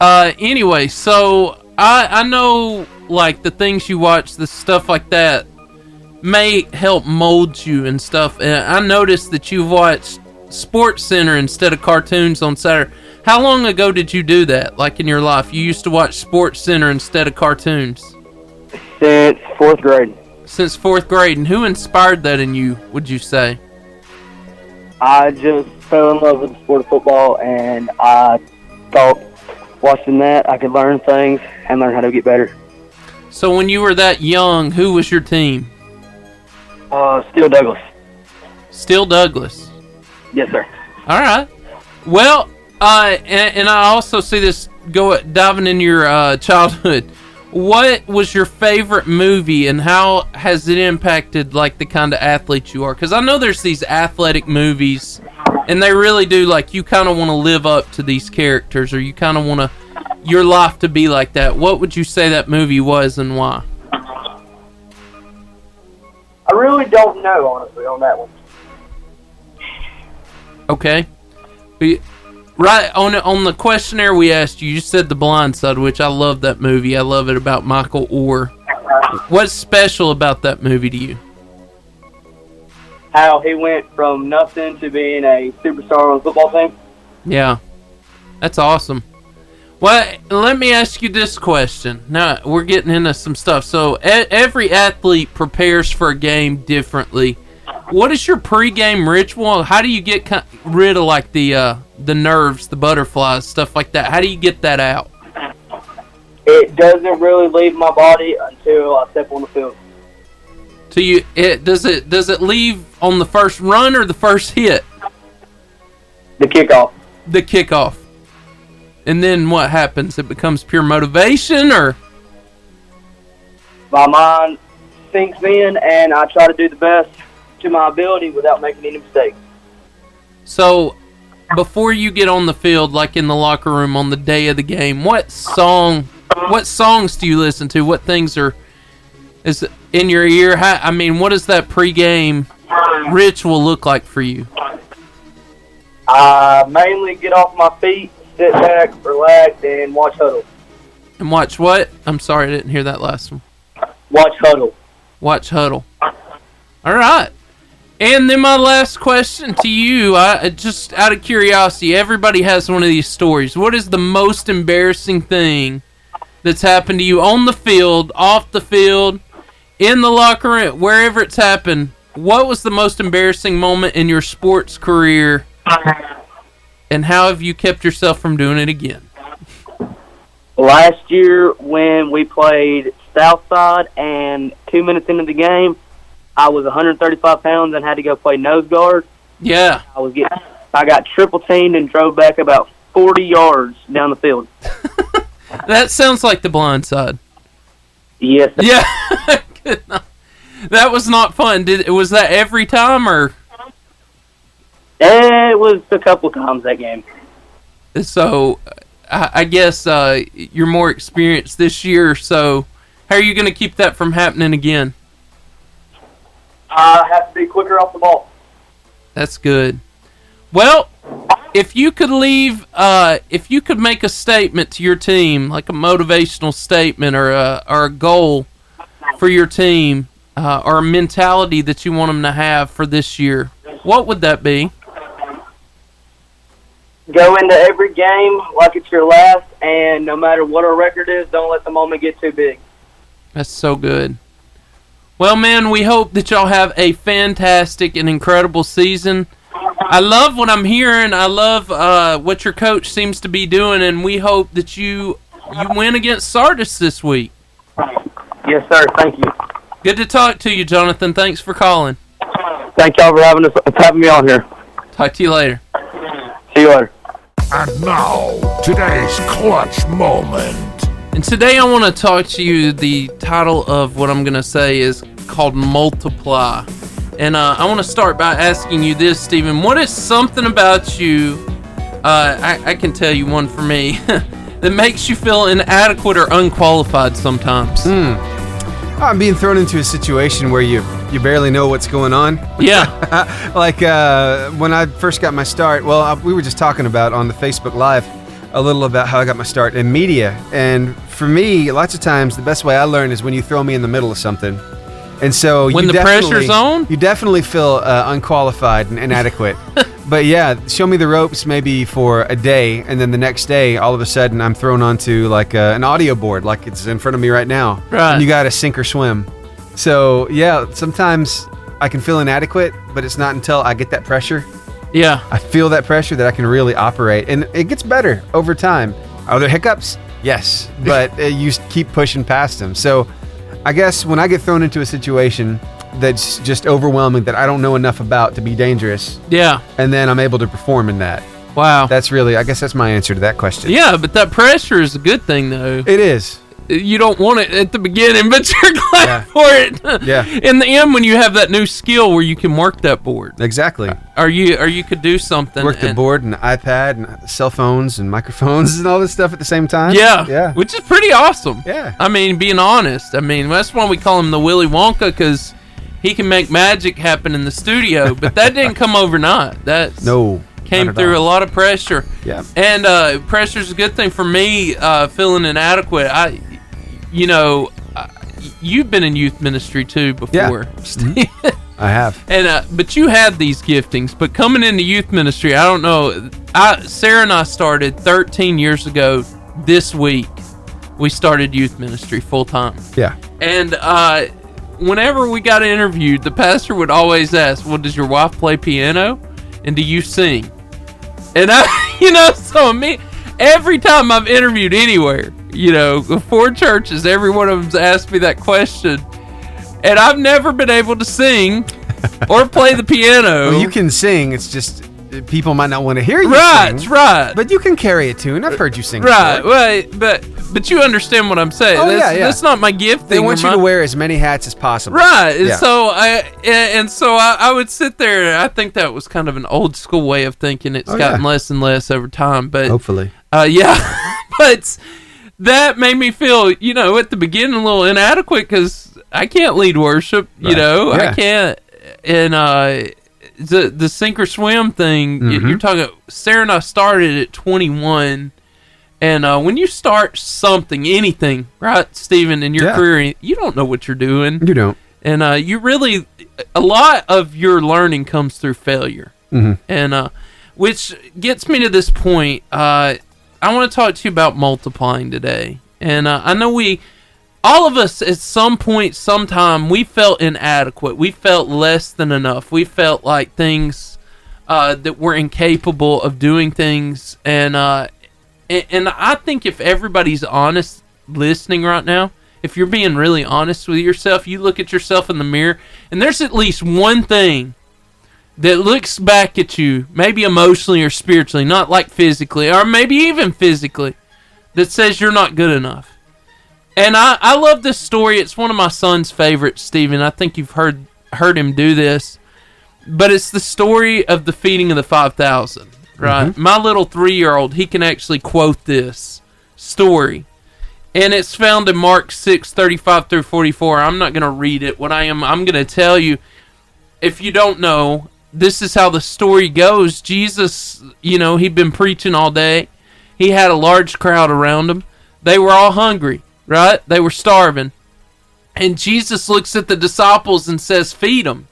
S9: uh, anyway, so I I know like the things you watch, the stuff like that may help mold you and stuff. And I noticed that you've watched Sports Center instead of cartoons on Saturday. How long ago did you do that? Like in your life, you used to watch Sports Center instead of cartoons.
S3: Since fourth grade.
S9: Since fourth grade, and who inspired that in you? Would you say?
S3: I just fell in love with the sport of football, and I thought watching that I could learn things and learn how to get better.
S9: So when you were that young, who was your team?
S3: Uh, Steele Douglas.
S9: Still Douglas.
S3: Yes, sir.
S9: All right. Well, uh, and, and I also see this go diving in your uh, childhood. What was your favorite movie, and how has it impacted like the kind of athlete you are? Because I know there's these athletic movies, and they really do like you kind of want to live up to these characters, or you kind of want to your life to be like that. What would you say that movie was, and why?
S3: I really don't know honestly on that one.
S9: Okay. We- right on on the questionnaire we asked you, you said The Blind Side, which I love that movie. I love it about Michael Orr. What's special about that movie to you?
S3: How he went from nothing to being a superstar on the football team.
S9: Yeah, that's awesome. Well, let me ask you this question. Now we're getting into some stuff. So e- every athlete prepares for a game differently. What is your pregame ritual? How do you get ki rid of like the uh, the nerves, the butterflies, stuff like that? How do you get that out?
S3: It doesn't really leave my body until I step on the field.
S9: So you it does it does it leave on the first run or the first hit?
S3: The kickoff.
S9: The kickoff. And then what happens? It becomes pure motivation or
S3: My mind sinks in, and I try to do the best to my ability without making any mistakes.
S9: so before you get on the field like in the locker room on the day of the game, what song what songs do you listen to? What things are is in your ear? How, I mean, what does that pregame ritual look like for you?
S3: I mainly get off my feet, sit back, relax, and watch huddle.
S9: And watch what? I'm sorry, I didn't hear that last one.
S3: Watch huddle.
S9: Watch huddle. All right. And then my last question to you, I, just out of curiosity, everybody has one of these stories. What is the most embarrassing thing that's happened to you on the field, off the field, in the locker room, wherever it's happened? What was the most embarrassing moment in your sports career? And how have you kept yourself from doing it again?
S3: Last year, when we played Southside, and two minutes into the game, I was 135 pounds and had to go play nose guard.
S9: Yeah.
S3: I was getting, I got triple teamed and drove back about 40 yards down the field.
S9: That sounds like the blind side.
S3: Yes.
S9: Yeah. [laughs] Good night. that was not fun. Did was that every time or
S3: It was a couple times that game.
S9: so? I, I guess uh, you're more experienced this year. So how are you going to keep that from happening again?
S3: I have to be quicker off the ball.
S9: That's good. Well, if you could leave, uh, if you could make a statement to your team, like a motivational statement or a, or a goal for your team, uh, or a mentality that you want them to have for this year, what would that be?
S3: Go into every game like it's your last, and no matter what our record is, don't let the moment get too big.
S9: That's so good. Well, man, we hope that y'all have a fantastic and incredible season. I love what I'm hearing. I love uh, what your coach seems to be doing, and we hope that you you win against Sardis this week.
S12: Yes, sir. Thank you.
S9: Good to talk to you, Jonathan. Thanks for calling.
S12: Thank y'all for having us for having me on here.
S9: Talk to you later.
S12: See you later.
S11: And now, today's clutch moment.
S9: And today I want to talk to you. The title of what I'm going to say is called Multiply. And uh, I want to start by asking you this, Stephen. What is something about you? Uh, I, I can tell you one for me [laughs] that makes you feel inadequate or unqualified sometimes.
S4: Hmm. I'm being thrown into a situation where you you barely know what's going on.
S9: [laughs] Yeah.
S4: like uh, when I first got my start, well, I, we were just talking about on the Facebook Live a little about how I got my start in media. And for me, lots of times the best way I learn is when you throw me in the middle of something. And so
S9: When
S4: you
S9: the pressure's
S4: definitely-
S9: on?
S4: [laughs] you definitely feel uh, unqualified and inadequate. but yeah, show me the ropes maybe for a day, and then the next day, all of a sudden, I'm thrown onto like uh, an audio board, like it's in front of me right now.
S9: Right.
S4: And you got to sink or swim. So yeah, sometimes I can feel inadequate, but it's not until I get that pressure.
S9: Yeah.
S4: I feel that pressure that I can really operate, and it gets better over time. Are there hiccups?
S9: [laughs]
S4: Yes, but uh, you s- keep pushing past them. So, I guess when I get thrown into a situation that's just overwhelming that I don't know enough about to be dangerous,
S9: Yeah.
S4: and then I'm able to perform in that.
S9: Wow.
S4: That's really, I guess that's my answer to that question.
S9: Yeah, but that pressure is a good thing, though.
S4: It is.
S9: You don't want it at the beginning, [laughs] but you're glad for it.
S4: Yeah.
S9: [laughs] In the end, when you have that new skill where you can work that board,
S4: Exactly.
S9: or you or you could do something.
S4: Work
S9: Uh,
S4: the
S9: and-
S4: board and iPad and cell phones and microphones [laughs] and all this stuff at the same time.
S9: Yeah.
S4: Yeah.
S9: Which is pretty awesome.
S4: Yeah.
S9: I mean, being honest, I mean that's why we call him the Willy Wonka because he can make magic happen in the
S4: [laughs]
S9: studio. But that didn't come overnight. That
S4: No.
S9: came
S4: not at
S9: through
S4: all.
S9: a lot of pressure.
S4: Yeah.
S9: And uh, pressure's a good thing for me. Uh, feeling inadequate. I, you know, I, you've been in youth ministry too before, Steve.
S4: Mm-hmm. I have.
S9: and uh, but you had these giftings. But coming into youth ministry, I don't know. I Sarah and I started 13 years ago. This week, we started youth ministry full time.
S4: Yeah.
S9: And uh, whenever we got interviewed, the pastor would always ask, "Well, does your wife play piano, and do you sing?" And I, [laughs] you know, so me every time I've interviewed anywhere, you know, the four churches, every one of them's asked me that question, and I've never been able to sing or play the piano.
S4: Well, you can sing. It's just uh, people might not want to hear you
S9: Right,
S4: sing.
S9: right.
S4: But you can carry a tune. I've heard you sing.
S9: right,
S4: before.
S9: right, but but you understand what I'm saying.
S4: Oh,
S9: that's,
S4: yeah, yeah.
S9: that's not my gift.
S4: They want you to wear as many hats as possible.
S9: Right. And
S4: Yeah.
S9: so I and- and so I, I would sit there. and I think that was kind of an old school way of thinking. It's
S4: Oh,
S9: gotten
S4: yeah. Oh.
S9: less and less over time, but
S4: Hopefully.
S9: uh, yeah, [laughs] but that made me feel, you know, at the beginning a little inadequate because I can't lead worship. You
S13: Right.
S9: know,
S13: Yeah.
S9: I can't. And uh, the the sink or swim thing y-
S4: Mm-hmm.
S13: Mhm.
S9: you're talking. Sarah and I started at 21, and uh, when you start something, anything, right, Stephen, in your
S4: Yeah.
S9: career, you don't know what you're doing.
S4: You don't.
S9: And uh, you really, a lot of your learning comes through failure
S4: Mhm.
S9: and uh, which gets me to this point. Uh, I want to talk to you about multiplying today, and uh, I know we, all of us, at some point, sometime, we felt inadequate. We felt less than enough. We felt like things uh, that we're incapable of doing things, and uh, and, and I think if everybody's honest listening right now, if you're being really honest with yourself, you look at yourself in the mirror, and there's at least one thing that looks back at you, maybe emotionally or spiritually, not like physically, or maybe even physically, that says you're not good enough. And I, I love this story. It's one of my son's favorites, Steven. I think you've heard heard him do this. But it's the story of the feeding of the 5,000, right?
S13: Mhm.
S9: My little three year old, he can actually quote this story. And it's found in Mark 6, 35 through 44. I'm not going to read it. What I am, I'm going to tell you if you don't know, this is how the story goes. Jesus, you know, he'd been preaching all day. He had a large crowd around him. They were all hungry, right? They were starving. And Jesus looks at the disciples and says, Feed them.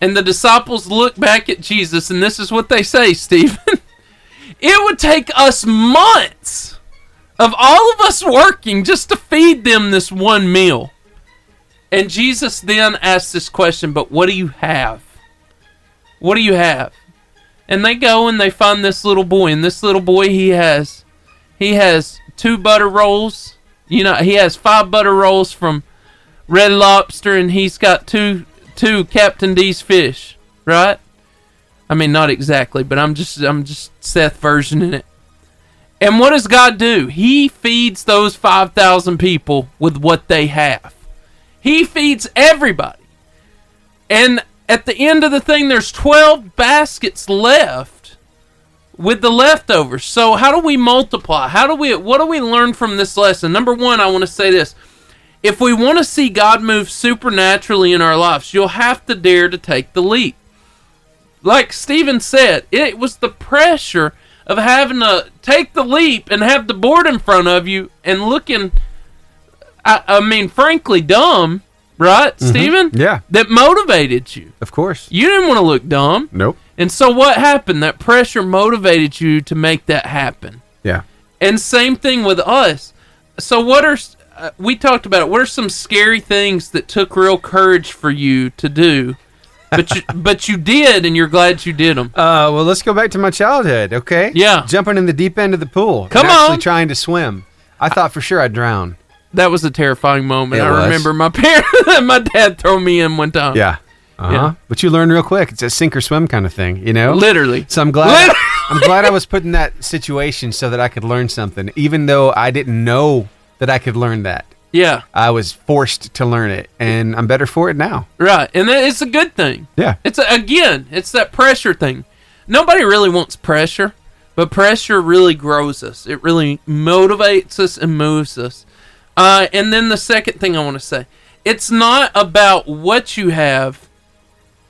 S9: And the disciples look back at Jesus, [laughs] and this is what they say, Stephen. it would take us months of all of us working just to feed them this one meal. And Jesus then asks this question, but what do you have? What do you have? And they go and they find this little boy, and this little boy he has he has two butter rolls. You know, he has five butter rolls from Red Lobster and he's got two two Captain D's fish, right? I mean not exactly, but I'm just I'm just Seth versioning it. And what does God do? He feeds those 5,000 people with what they have. He feeds everybody. And at the end of the thing, there's 12 baskets left with the leftovers. So, how do we multiply? How do we, what do we learn from this lesson? Number one, I want to say this. If we want to see God move supernaturally in our lives, you'll have to dare to take the leap. Like Stephen said, it was the pressure of having to take the leap and have the board in front of you and looking, I, I mean, frankly, dumb, right,
S4: Mhm.
S9: Stephen?
S4: Yeah.
S9: That motivated you.
S4: Of course.
S9: You didn't want to look dumb.
S4: Nope.
S9: And so what happened? That pressure motivated you to make that happen.
S4: Yeah.
S9: And same thing with us. So what are uh, we talked about? It. What are some scary things that took real courage for you to do?
S4: [laughs]
S9: But you, but you did, and you're glad you did them.
S4: Uh, well, let's go back to my childhood, okay?
S9: Yeah.
S4: Jumping in the deep end of the pool.
S9: Come
S4: and actually
S9: on.
S4: trying to swim. I thought for sure I'd drown.
S9: That was a terrifying moment.
S4: It
S9: I
S4: was.
S9: remember my [laughs] parents, my dad throw me in one time.
S4: Yeah. Uh-huh.
S9: Yeah.
S4: But you learn real quick. It's a sink or swim kind of thing, you know?
S9: Literally.
S4: So I'm glad I'm glad I was put in that situation so that I could learn something. Even though I didn't know that I could learn that.
S9: Yeah.
S4: I was forced to learn it and I'm better for it now.
S9: Right, and that, it's a good thing.
S4: Yeah.
S9: it's a, again, it's that pressure thing. Nobody really wants pressure, but pressure really grows us. It really motivates us and moves us. Uh, and then the second thing I want to say, it's not about what you have,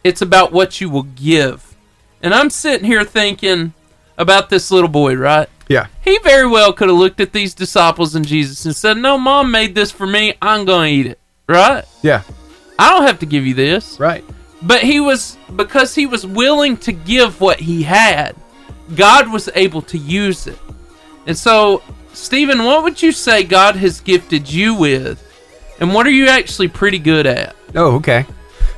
S9: it's about what you will give. And I'm sitting here thinking about this little boy, right?
S4: Yeah.
S9: He very well could have looked at these disciples and Jesus and said, "No, mom made this for me. I'm going to eat it." Right?
S4: Yeah.
S9: I don't have to give you this.
S4: Right.
S9: But he was because he was willing to give what he had. God was able to use it. And so, Stephen, what would you say God has gifted you with? And what are you actually pretty good at?
S4: Oh, okay.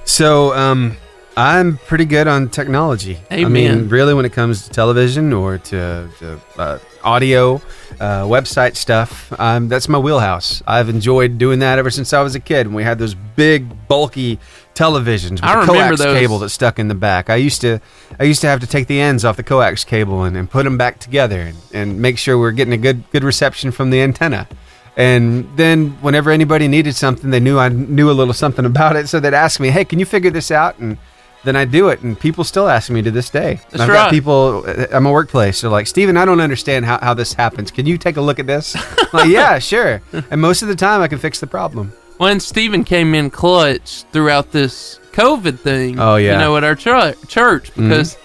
S4: So, um, I'm pretty good on technology. I
S9: Amen.
S4: mean, really, when it comes to television or to, to uh, audio, uh, website stuff, um, that's my wheelhouse. I've enjoyed doing that ever since I was a kid. When we had those big, bulky televisions with
S9: I
S4: the
S9: remember
S4: coax
S9: those.
S4: cable that stuck in the back. I used to, I used to have to take the ends off the coax cable and, and put them back together and, and make sure we we're getting a good, good reception from the antenna. And then whenever anybody needed something, they knew I knew a little something [laughs] about it, so they'd ask me, "Hey, can you figure this out?" And then I do it, and people still ask me to this day. And
S9: That's
S4: I've
S9: right.
S4: got people uh, at my workplace are like, "Steven, I don't understand how, how this happens. Can you take a look at this?" I'm like,
S9: [laughs]
S4: yeah, sure. And most of the time, I can fix the problem.
S9: When Stephen came in clutch throughout this COVID thing,
S4: Oh, yeah. Mm-hmm.
S9: you know, at our chur- church, because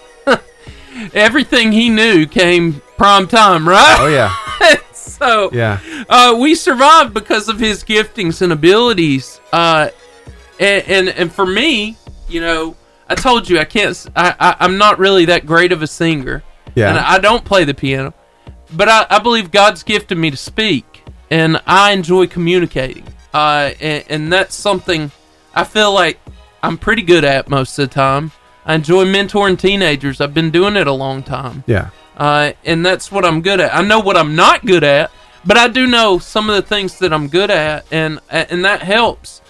S9: [laughs] everything he knew came prime time, right?
S4: Oh yeah,
S9: [laughs] so
S4: yeah.
S9: uh, we survived because of his giftings and abilities. Uh, and, and and for me, you know, I told you I can't. s- I, I am not really that great of a singer.
S4: Yeah.
S9: And I don't play the piano, but I, I believe God's gifted me to speak, and I enjoy communicating. Uh, and, and that's something I feel like I'm pretty good at most of the time. I enjoy mentoring teenagers. I've been doing it a long time
S4: Yeah.
S9: uh, and that's what I'm good at. I know what I'm not good at, but I do know some of the things that I'm good at, and and that helps.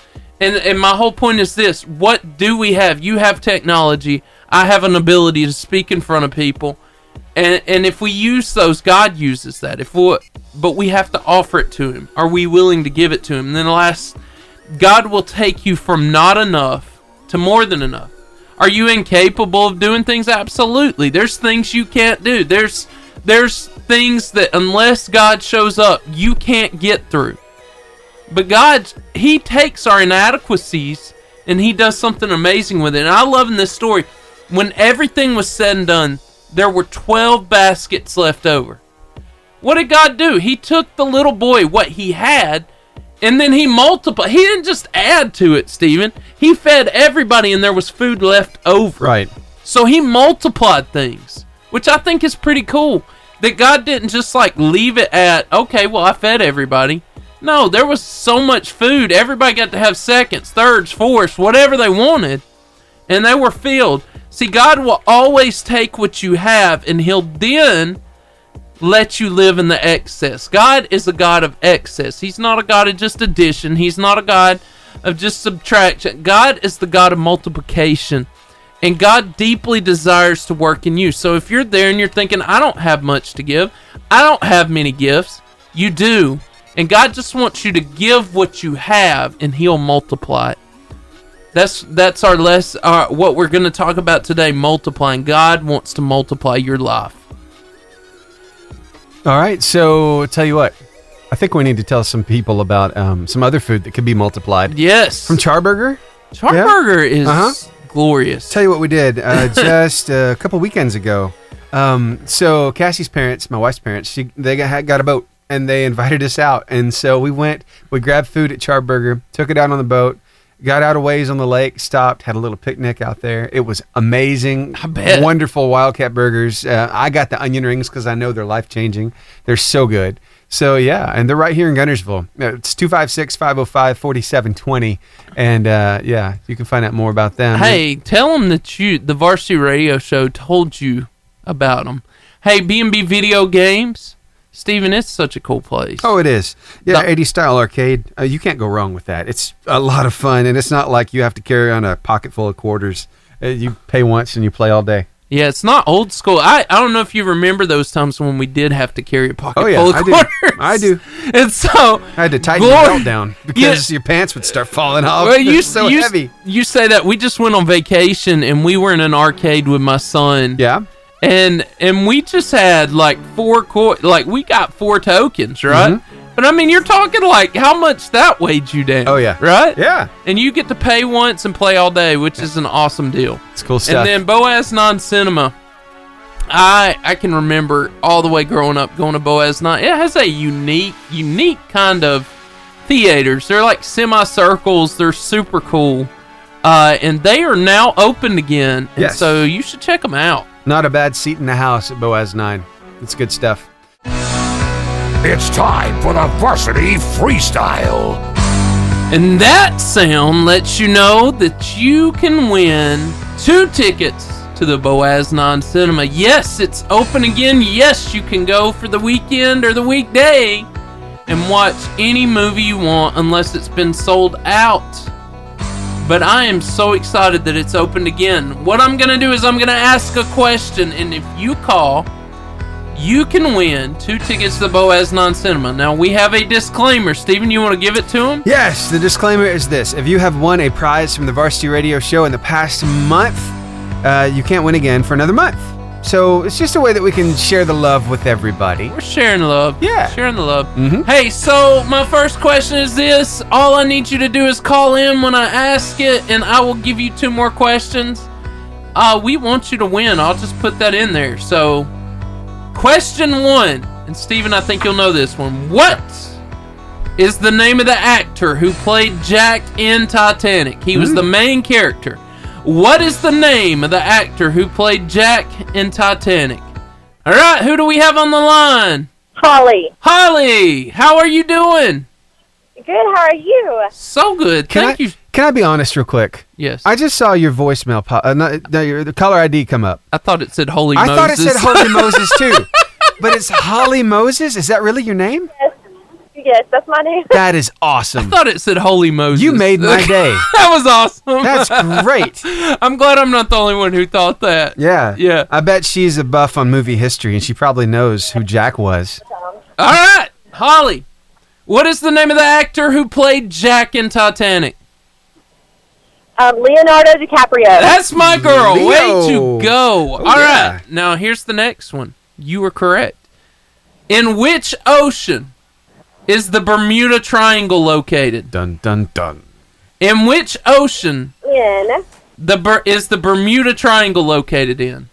S9: And and my whole point is this: what do we have? You have technology. I have an ability to speak in front of people, and and if we use those, God uses that. If we, but we have to offer it to Him. Are we willing to give it to Him? And then last, God will take you from not enough to more than enough. Are you incapable of doing things? Absolutely. There's things you can't do. There's there's things that unless God shows up, you can't get through. But God, He takes our inadequacies and He does something amazing with it. And I love in this story, when everything was said and done, there were 12 baskets left over. What did God do? He took the little boy, what he had, and then he multiplied. He didn't just add to it, Stephen. He fed everybody and there was food left over.
S4: Right.
S9: So he multiplied things, which I think is pretty cool. that God didn't just like leave it at okay, well I fed everybody. No, there was so much food. Everybody got to have seconds, thirds, fourths, whatever they wanted, and they were filled. See, God will always take what you have, and He'll then let you live in the excess. God is a God of excess. He's not a God of just addition. He's not a God of just subtraction. God is the God of multiplication. And God deeply desires to work in you. So if you're there and you're thinking, I don't have much to give, I don't have many gifts, you do. And God just wants you to give what you have and He'll multiply it. That's that's our less uh, what we're going to talk about today multiplying. God wants to multiply your life.
S4: All right, so tell you what, I think we need to tell some people about um, some other food that could be multiplied.
S9: Yes,
S4: from Charburger.
S9: Charburger is glorious.
S4: Tell you what we
S9: [laughs]
S4: did uh, just a couple weekends ago. Um, so Cassie's parents, my wife's parents, she, they got, got a boat and they invited us out, and so we went. We grabbed food at Charburger, took it out on the boat. Got out a ways on the lake, stopped, had a little picnic out there. It was amazing. I
S9: bet.
S4: Wonderful Wildcat burgers. Uh, I got the onion rings because I know they're life changing. They're so good. So, yeah, and they're right here in Gunnersville. Uh, It's 256 505 4720. And uh, yeah, you can find out more about them.
S9: Hey, tell them that you the Varsity Radio Show told you about them. Hey, B and B Video Games, Steven, it's such a cool place.
S4: Oh, it is. Yeah, 80 style arcade. Uh, you can't go wrong with that. It's a lot of fun, and it's not like you have to carry on a pocket full of quarters. Uh, you pay once and you play all day.
S9: Yeah, it's not old school. I, I don't know if you remember those times when we did have to carry a pocket
S4: Oh, yeah,
S9: full of
S4: I do.
S9: quarters.
S4: I do.
S9: [laughs] And so
S4: I had to tighten your
S9: Glory- [laughs]
S4: belt down because your pants would start falling off.
S9: Well, you
S4: It's so
S9: you,
S4: heavy.
S9: You say that we just went on vacation and we were in an arcade with my son.
S4: Yeah.
S9: And and we just had like four co- like we got four tokens, right?
S4: Mm-hmm.
S9: But I mean, you're talking like how much that weighed you down. Oh yeah. Right?
S4: Yeah.
S9: And you get to pay once and play all day, which is an awesome deal.
S4: It's cool stuff.
S9: And then Boaz Non Cinema. I I can remember all the way growing up going to Boaz Nine. It has a unique unique kind of theaters. They're like semicircles. They're super cool, uh, and they are now opened again. And
S4: Yes.
S9: so you should check them out.
S4: Not a bad seat in the house at Boaz 9. It's good stuff.
S11: It's time for the varsity freestyle.
S9: And that sound lets you know that you can win two tickets to the Boaz Non Cinema. Yes, it's open again. Yes, you can go for the weekend or the weekday and watch any movie you want unless it's been sold out. But I am so excited that it's opened again. What I'm going to do is I'm going to ask a question, and if you call, you can win two tickets to the Boaz Non Cinema. Now, we have a disclaimer. Steven, you want to give it to him?
S4: Yes, the disclaimer is this if you have won a prize from the Varsity Radio Show in the past month, uh, you can't win again for another month. So it's just a way that we can share the love with everybody. We're
S9: sharing love.
S4: Yeah.
S9: Sharing the love. Hey, so my first question is this. All I need you to do is call in when I ask it, and I will give you two more questions. Uh, we want you to win. I'll just put that in there. So, question one, and Steven, I think you'll know this one. What is the name of the actor who played Jack in Titanic? He was the main character. What is the name of the actor who played Jack in Titanic? All right, who do we have on the line?
S13: Holly.
S9: Holly, how are you doing?
S13: Good. How are you?
S9: So good.
S4: Can
S9: Thank
S4: I,
S9: you.
S4: Can I be honest, real quick?
S9: Yes.
S4: I just saw your voicemail pop. Uh, no, no, your, the caller ID come up.
S9: I thought it said Holy
S4: I
S9: Moses.
S4: thought it said
S9: [laughs]
S4: Holy Moses too, but it's Holly Moses. Is that really your name?
S13: Yes, that's my name.
S4: That is awesome. I
S9: thought it said Holy Moses.
S4: You made
S9: [laughs]
S4: my day.
S9: that was awesome.
S4: That's great.
S9: [laughs] I'm glad I'm not the only one who thought that.
S4: Yeah.
S9: Yeah.
S4: I bet she's a buff on movie history and she probably knows who Jack was.
S9: All right, Holly. What is the name of the actor who played Jack in Titanic?
S13: Um, Leonardo DiCaprio.
S9: That's my girl. Way
S13: Leo.
S9: to go. All
S13: Oh,
S9: right.
S13: yeah.
S9: Now here's the next one. You were correct. In which ocean is the Bermuda Triangle located?
S4: Dun dun dun.
S9: In which ocean
S13: In
S9: the Ber- is the Bermuda Triangle located in?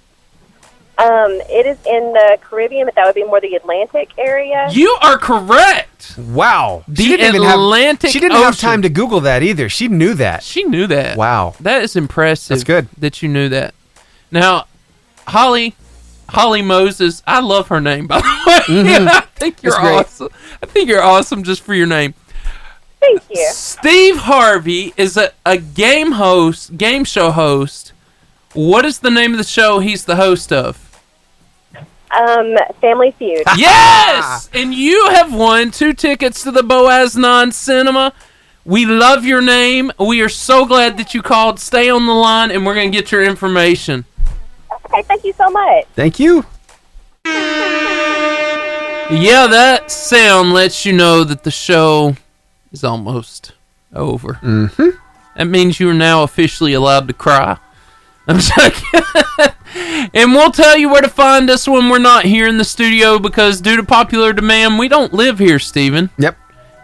S13: um, it is in the Caribbean, but that would be more the Atlantic area.
S9: You are correct.
S4: Wow.
S9: The
S4: she didn't Even
S9: Atlantic
S4: have, she didn't have
S9: Ocean.
S4: time to Google that either. She knew that.
S9: She knew that.
S4: Wow.
S9: That is impressive. That's good. That you knew that. Now, Holly, Holly Moses. I love her name, by the [laughs] way. I think you're
S7: Mm-hmm. That's great.
S9: awesome. I think you're awesome just for your name.
S13: Thank you.
S9: Steve Harvey is a, a game host, game show host. What is the name of the show he's the host of?
S13: Um, Family Feud.
S9: Yes! And you have won two tickets to the Boaz Non Cinema. We love your name. We are so glad that you called. Stay on the line and we're going to get your information.
S13: Okay, thank you so much.
S4: Thank you.
S9: Yeah, that sound lets you know that the show is almost over. Mm-hmm. That means you are now officially allowed to cry. I'm sorry. [laughs] and we'll tell you where to find us when we're not here in the studio because, due to popular demand, we don't live here, Steven.
S4: Yep.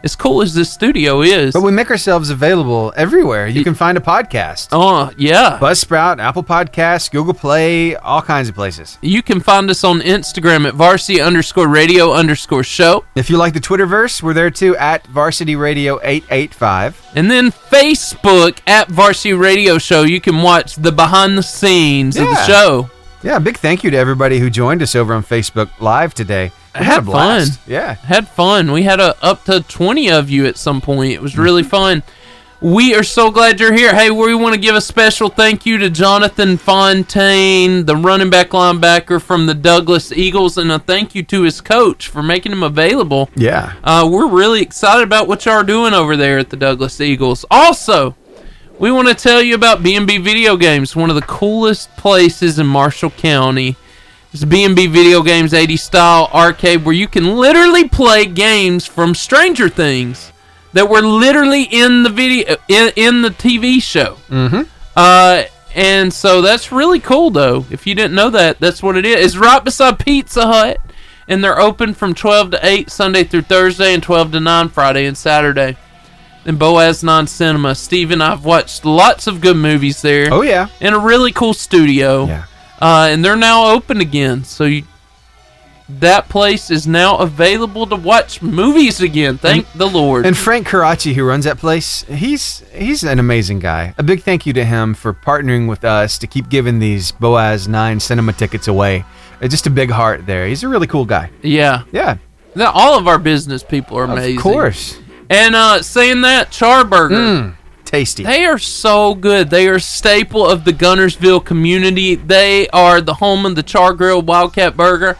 S9: As cool as this studio is.
S4: But we make ourselves available everywhere. You can find a podcast.
S9: Oh, yeah.
S4: Buzzsprout, Apple Podcasts, Google Play, all kinds of places.
S9: You can find us on Instagram at varsity underscore radio underscore show.
S4: If you like the Twitterverse, we're there too at Varsity Radio 885.
S9: And then Facebook at Varsity Radio Show. You can watch the behind the scenes of the
S4: Yeah.
S9: show.
S4: Yeah, big thank you to everybody who joined us over on Facebook Live today. We had a
S9: had fun.
S4: blast. Yeah.
S9: Had fun. We had a, up to 20 of you at some point. It was really fun. We are so glad you're here. Hey, we want to give a special thank you to Jonathan Fontaine, the running back linebacker from the Douglas Eagles, and a thank you to his coach for making him available.
S4: Yeah.
S9: Uh, we're really excited about what y'all are doing over there at the Douglas Eagles. Also, we want to tell you about B&B Video Games, one of the coolest places in Marshall County. It's B&B Video Games 80 style arcade where you can literally play games from Stranger Things that were literally in the video in, in the TV show.
S4: Mm-hmm.
S9: Uh, and so that's really cool, though. If you didn't know that, that's what it is. It's right beside Pizza Hut, and they're open from 12 to 8 Sunday through Thursday and 12 to 9 Friday and Saturday. And Boaz Non Cinema. Steve and I've watched lots of good movies there.
S4: Oh, yeah.
S9: In a really cool studio. Yeah. Uh, and they're now open again. So you, that place is now available to watch movies again. Thank the Lord.
S4: And Frank Karachi, who runs that place, he's he's an amazing guy. A big thank you to him for partnering with us to keep giving these Boaz Nine cinema tickets away. Uh, Just a big heart there. He's a really cool guy.
S9: Yeah.
S4: Yeah.
S9: Now, all of our business people are amazing.
S4: Of course. Mm.
S9: And uh, saying that, Charburger.
S4: tasty.
S9: They are so good. They are a staple of the Gunnersville community. They are the home of the Char Grill Wildcat Burger.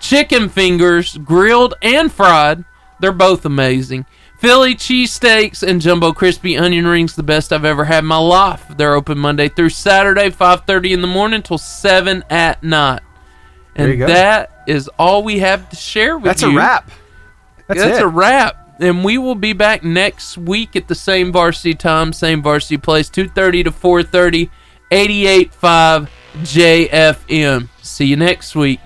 S9: Chicken fingers, grilled and fried. They're both amazing. Philly cheesesteaks and jumbo crispy onion rings, the best I've ever had in my life. They're open Monday through Saturday, 5.30 in the morning till 7 at night.
S4: There you
S9: And
S4: go.
S9: that is all we have to share with
S4: That's a
S9: you.
S4: wrap. That's
S9: That's,
S4: it.
S9: a wrap. And we will be back next week at the same varsity time, same varsity place, 2.30 to 4.30, 88.5 JFM. See you next week.